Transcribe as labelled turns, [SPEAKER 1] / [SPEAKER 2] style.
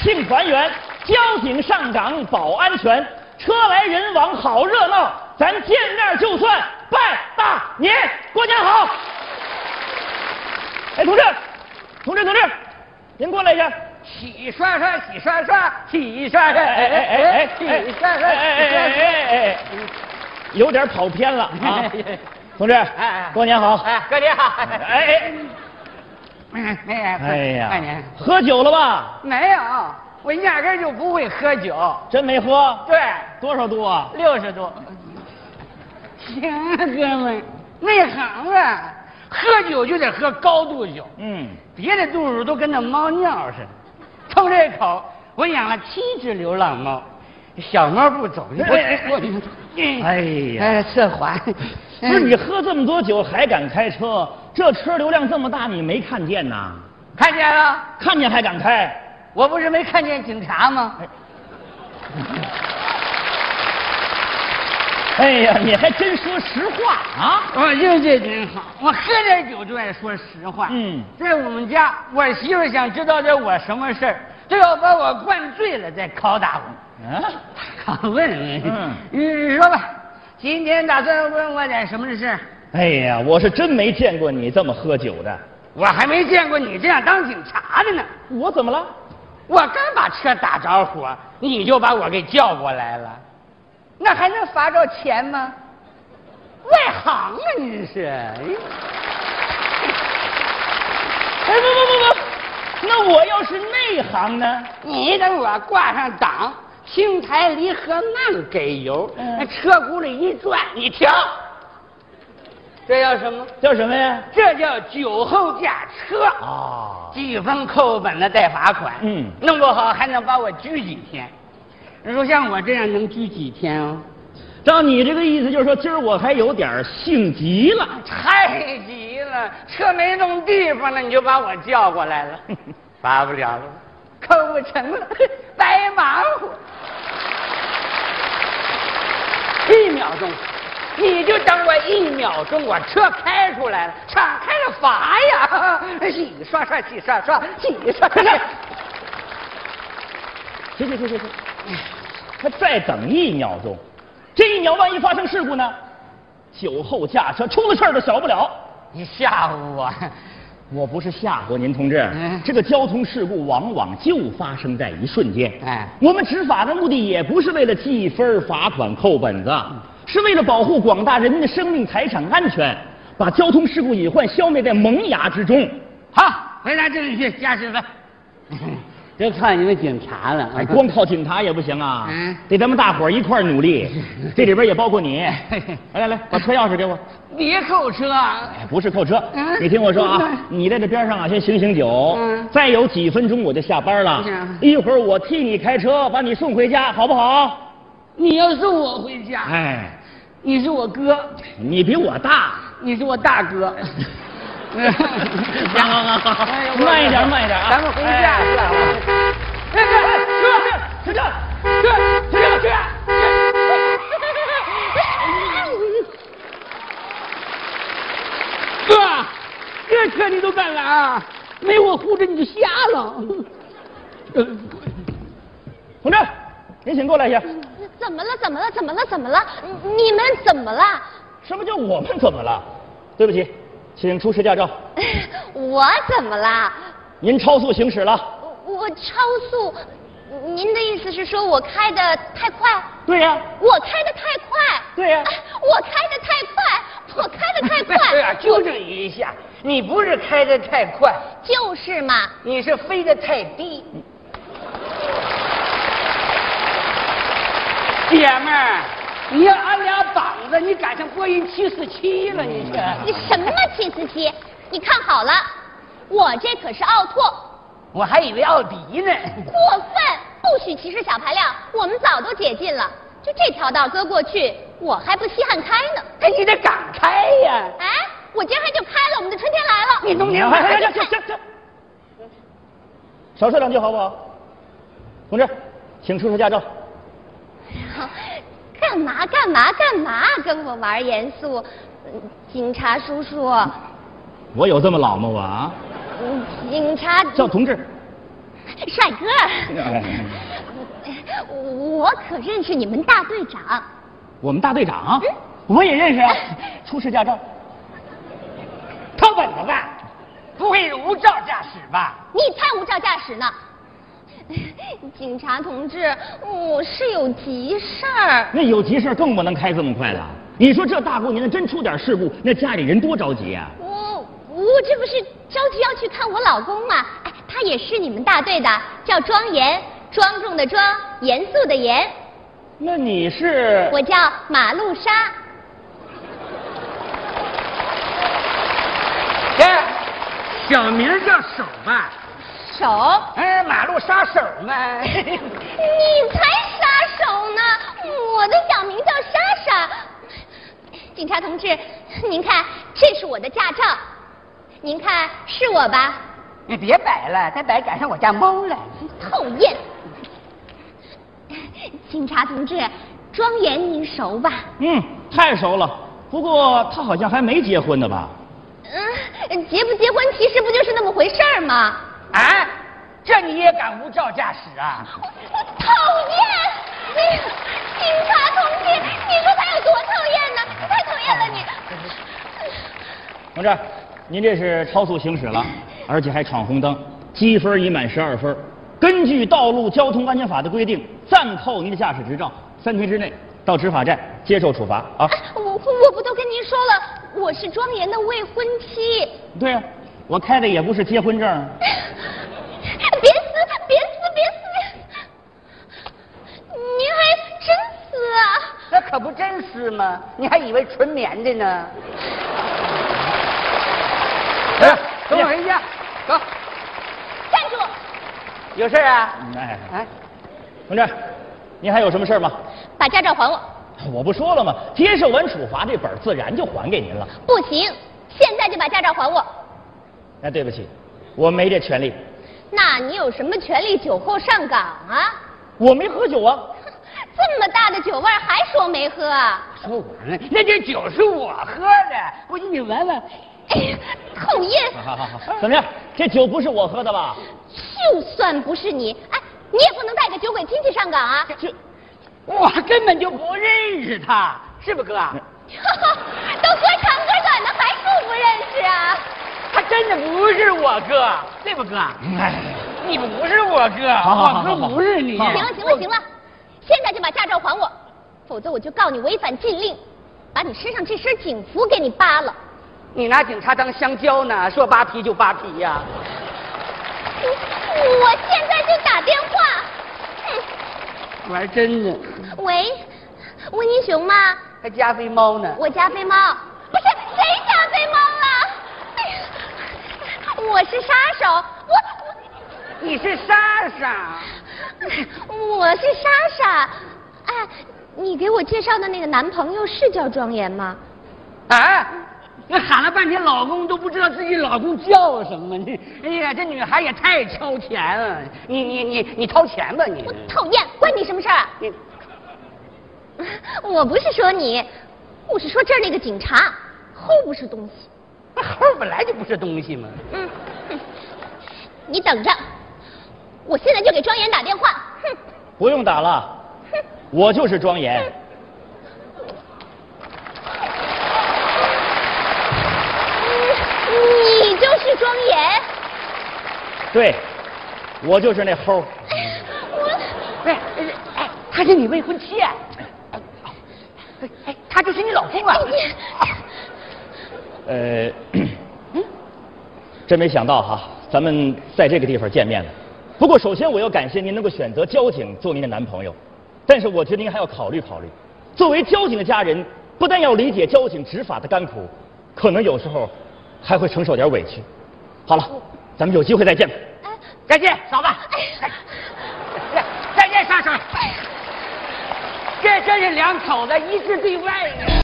[SPEAKER 1] 庆团圆，交警上岗保安全，车来人往好热闹，咱见面就算拜大年，过年好！哎，同志，同志，同志，您过来一下。
[SPEAKER 2] 洗刷刷，洗刷刷，洗刷刷，
[SPEAKER 1] 哎哎哎哎哎，
[SPEAKER 2] 洗刷刷，
[SPEAKER 1] 哎哎哎哎哎哎，有点跑偏了啊！同志，过年好！
[SPEAKER 2] 哎，过年好！
[SPEAKER 1] 哎哎，
[SPEAKER 2] 哎哎
[SPEAKER 1] 哎呀，
[SPEAKER 2] 拜年
[SPEAKER 1] 喝酒了吧？
[SPEAKER 2] 没有，我压根儿就不会喝酒。
[SPEAKER 1] 真没喝？
[SPEAKER 2] 对，
[SPEAKER 1] 多少度啊？
[SPEAKER 2] 六十多。行啊，哥们，内行啊，喝酒就得喝高度酒，
[SPEAKER 1] 嗯，
[SPEAKER 2] 别的度数都跟那猫尿似的。冲这口，我养了七只流浪猫，小猫不走，我我
[SPEAKER 1] 哎呀
[SPEAKER 2] 哎，策 划，嗯
[SPEAKER 1] 不是你喝这么多酒还敢开车？这车流量这么大，你没看见呐？
[SPEAKER 2] 看见了？
[SPEAKER 1] 看见还敢开？
[SPEAKER 2] 我不是没看见警察吗？
[SPEAKER 1] 哎呀，你还真说实话啊！
[SPEAKER 2] 我运气真好，我喝点酒就爱说实话。
[SPEAKER 1] 嗯
[SPEAKER 2] 在我们家，我媳妇想知道点我什么事儿，就要把我灌醉了再拷打我。
[SPEAKER 1] 啊，
[SPEAKER 2] 拷 问你，
[SPEAKER 1] 嗯
[SPEAKER 2] 嗯，说吧，今天打算问我点什么事儿？
[SPEAKER 1] 哎呀，我是真没见过你这么喝酒的。
[SPEAKER 2] 我还没见过你这样当警察的呢。
[SPEAKER 1] 我怎么了？
[SPEAKER 2] 我刚把车打着火，你就把我给叫过来了，那还能罚着钱吗？外行啊，你是。哎
[SPEAKER 1] 哎，不不不不，那我要是内行呢？
[SPEAKER 2] 你等我挂上档，青苔离合慢给油，
[SPEAKER 1] 嗯
[SPEAKER 2] 那车轱辘一转，你停。这叫什么？
[SPEAKER 1] 叫什么呀？
[SPEAKER 2] 这叫酒后驾车，
[SPEAKER 1] 啊，
[SPEAKER 2] 记分扣本了再罚款。
[SPEAKER 1] 嗯
[SPEAKER 2] 弄不好还能把我拘几天。你说像我这样能拘几天哦？
[SPEAKER 1] 照你这个意思，就是说今儿我还有点儿性急了。
[SPEAKER 2] 太急了，车没弄地方了，你就把我叫过来了，罚不了了，扣不成了，白忙活。一秒钟，你就等我一秒钟，我车开出来了，敞开了罚呀！洗刷刷，洗刷刷，洗刷刷。
[SPEAKER 1] 行行行行行，还再等一秒钟，这一秒万一发生事故呢？酒后驾车出了事儿都少不了。
[SPEAKER 2] 你吓唬我，
[SPEAKER 1] 我不是吓唬您，同志，
[SPEAKER 2] 嗯
[SPEAKER 1] 这个交通事故往往就发生在一瞬间。
[SPEAKER 2] 哎
[SPEAKER 1] 我们执法的目的也不是为了记分、罚款、扣本子，
[SPEAKER 2] 嗯
[SPEAKER 1] 是为了保护广大人民的生命财产安全，把交通事故隐患消灭在萌芽之中。
[SPEAKER 2] 好，回答正确，加 十分。就靠你们警察了
[SPEAKER 1] 哎，光靠警察也不行啊，
[SPEAKER 2] 嗯
[SPEAKER 1] 得咱们大伙儿一块儿努 力。这里边也包括你。来来来，把车钥匙给我。
[SPEAKER 2] 别扣车啊！
[SPEAKER 1] 哎，不是扣车，
[SPEAKER 2] 嗯
[SPEAKER 1] 你听我说啊，
[SPEAKER 2] 嗯
[SPEAKER 1] 你在这边上啊，先醒醒酒。
[SPEAKER 2] 嗯
[SPEAKER 1] 再有几分钟我就下班了
[SPEAKER 2] 是啊，
[SPEAKER 1] 一会儿我替你开车把你送回家，好不好？
[SPEAKER 2] 你要送我回家，
[SPEAKER 1] 哎，
[SPEAKER 2] 你是我哥，
[SPEAKER 1] 你比我大。
[SPEAKER 2] 你是我大哥。
[SPEAKER 1] 行好好好
[SPEAKER 2] 哎呦
[SPEAKER 1] 慢一点慢一点啊
[SPEAKER 2] 咱们回家
[SPEAKER 1] 哎
[SPEAKER 2] 去吧。哎哎哎，车车车车车车车！ 哥，这车你都敢来啊？没我护着你就瞎了。
[SPEAKER 1] 同志，您请过来一下。
[SPEAKER 3] 怎么了？怎么了？怎么了？怎么了？你你们怎么了？
[SPEAKER 1] 什么叫我们怎么了？对不起，请出示驾照。
[SPEAKER 3] 我怎么了？
[SPEAKER 1] 您超速行驶了。
[SPEAKER 3] 我我超速。您的意思是说我开的太快？
[SPEAKER 1] 对呀、
[SPEAKER 3] 我开的太快？
[SPEAKER 1] 对呀
[SPEAKER 3] 哎 我开的太快，我开的太
[SPEAKER 2] 对啊，
[SPEAKER 3] 快，
[SPEAKER 2] 纠正一下，你不是开的太快，
[SPEAKER 3] 就是嘛。
[SPEAKER 2] 你是飞得太低。姐们儿，你要俺俩膀子，你赶上波音七四七了，你这。
[SPEAKER 3] 你什么七四七？你看好了，我这可是奥拓，
[SPEAKER 2] 我还以为奥迪呢。
[SPEAKER 3] 过分，不许歧视小排量。我们早都解禁了，就这条道搁过去，我还不稀罕开呢。
[SPEAKER 2] 哎，你得敢开呀！
[SPEAKER 3] 哎，我今儿还就开了，我们的春天来了。
[SPEAKER 2] 你弄明
[SPEAKER 1] 哎
[SPEAKER 2] 白
[SPEAKER 1] 哎哎行行行，少说两句好不好？同志，请出示驾照。
[SPEAKER 3] 好干嘛干嘛干嘛？跟我玩严肃，嗯警察叔叔，
[SPEAKER 1] 我有这么老吗？我啊，
[SPEAKER 3] 嗯警察
[SPEAKER 1] 叫同志，
[SPEAKER 3] 帅哥儿，哎我可认识你们大队长。
[SPEAKER 1] 我们大队长，啊
[SPEAKER 2] 嗯
[SPEAKER 1] 我也认识 啊，出示驾照。
[SPEAKER 2] 偷本子吧？不会是无照驾驶吧？
[SPEAKER 3] 你才无照驾驶呢！警察同志，我是有急事儿。
[SPEAKER 1] 那有急事更不能开这么快了。你说这大过年的，真出点事故，那家里人多着急啊！
[SPEAKER 3] 我我这不是着急要去看我老公吗？哎，他也是你们大队的，叫庄严，庄重的庄，严肃的严。
[SPEAKER 1] 那你是
[SPEAKER 3] 我叫马路杀。
[SPEAKER 2] 这小名叫手吧？
[SPEAKER 3] 手？
[SPEAKER 2] 嗯，马路杀手嘛。
[SPEAKER 3] 你才杀手呢！我的小名叫莎莎。警察同志，您看，这是我的驾照，您看是我吧？
[SPEAKER 2] 你别摆了，再摆赶上我家猫了。
[SPEAKER 3] 讨厌！ 警察同志，庄严您熟吧？
[SPEAKER 1] 嗯，太熟了。不过他好像还没结婚呢吧？
[SPEAKER 3] 嗯，结不结婚其实不就是那么回事儿吗？
[SPEAKER 2] 啊，这你也敢无照驾驶啊？
[SPEAKER 3] 我我讨厌！哎呀，警察同志，你说他有多讨厌呢？太讨厌了你！
[SPEAKER 1] 同志，您这是超速行驶了，而且还闯红灯，积分已满十二分。根据《道路交通安全法》的规定，暂扣您的驾驶执照，三天之内到执法站接受处罚啊！
[SPEAKER 3] 哎我我不都跟您说了，我是庄严的未婚妻。
[SPEAKER 1] 对呀、我开的也不是结婚证啊。
[SPEAKER 3] 别撕，别撕，别撕！您还真撕啊！
[SPEAKER 2] 那可不真是吗？你还以为纯棉的呢？
[SPEAKER 1] 哎
[SPEAKER 2] 跟我回家，走。
[SPEAKER 3] 站住！
[SPEAKER 2] 有事啊？
[SPEAKER 1] 哎，
[SPEAKER 2] 哎，
[SPEAKER 1] 同志，您还有什么事儿吗？
[SPEAKER 3] 把驾照还我！
[SPEAKER 1] 我不说了吗？接受完处罚，这本儿自然就还给您了。
[SPEAKER 3] 不行，现在就把驾照还我！
[SPEAKER 1] 哎，对不起，我没这权利，
[SPEAKER 3] 那你有什么权利酒后上岗啊？
[SPEAKER 1] 我没喝酒啊。
[SPEAKER 3] 哼这么大的酒味儿还说没喝啊？
[SPEAKER 2] 说我呢？那这酒是我喝的，我你闻闻。
[SPEAKER 3] 哎呀，讨厌！
[SPEAKER 1] 好好好， 怎么样？这酒不是我喝的吧？
[SPEAKER 3] 就算不是你，哎，你也不能带着酒鬼亲戚上岗啊！
[SPEAKER 2] 这我根本就不认识他，是不是哥？
[SPEAKER 1] 嗯
[SPEAKER 3] 都歌长歌短的，还不不认识啊？
[SPEAKER 2] 他真的不是我哥，对不哥？
[SPEAKER 1] 哎，
[SPEAKER 2] 你不是我哥，
[SPEAKER 1] 好好好好
[SPEAKER 2] 我哥不是你。
[SPEAKER 1] 好嗯
[SPEAKER 3] 行了行了行了，现在就把驾照还我，否则我就告你违反禁令，把你身上这身警服给你扒了。
[SPEAKER 2] 你拿警察当香蕉呢？说扒皮就扒皮呀、
[SPEAKER 3] 嗯我现在就打电话。
[SPEAKER 2] 玩真的，
[SPEAKER 3] 嗯喂，温妮熊吗？
[SPEAKER 2] 还加菲猫呢？
[SPEAKER 3] 我家飞猫，不是谁家飞猫了？哎呀我是杀手，
[SPEAKER 2] 你是莎莎，
[SPEAKER 3] 我我我是莎莎。哎，你给我介绍的那个男朋友是叫庄严吗？
[SPEAKER 2] 啊？那喊了半天老公都不知道自己老公叫什么，你哎呀，这女孩也太超前了。你你你你掏钱吧你
[SPEAKER 3] 我。讨厌，关你什么事儿啊？
[SPEAKER 2] 你
[SPEAKER 3] 我不是说你，我是说这儿那个警察，齁不是东西。
[SPEAKER 2] 那猴本来就不是东西嘛。
[SPEAKER 3] 嗯，哼你等着，我现在就给庄严打电话。哼，
[SPEAKER 1] 不用打了，我就是庄严。
[SPEAKER 3] 你你就是庄严。
[SPEAKER 1] 对，我就是那齁。
[SPEAKER 3] 我
[SPEAKER 2] 哎哎哎，她是你未婚妻、啊。哎哎哎，她就是你老公啊。
[SPEAKER 3] 哎
[SPEAKER 1] 呃， 真没想到哈，咱们在这个地方见面了。不过，首先我要感谢您能够选择交警做您的男朋友，但是我觉得您还要考虑考虑。作为交警的家人，不但要理解交警执法的甘苦，可能有时候还会承受点委屈。好了，咱们有机会再见吧。
[SPEAKER 2] 再见，嫂子。哎再再见，莎莎。这真是两口子一致对外呀。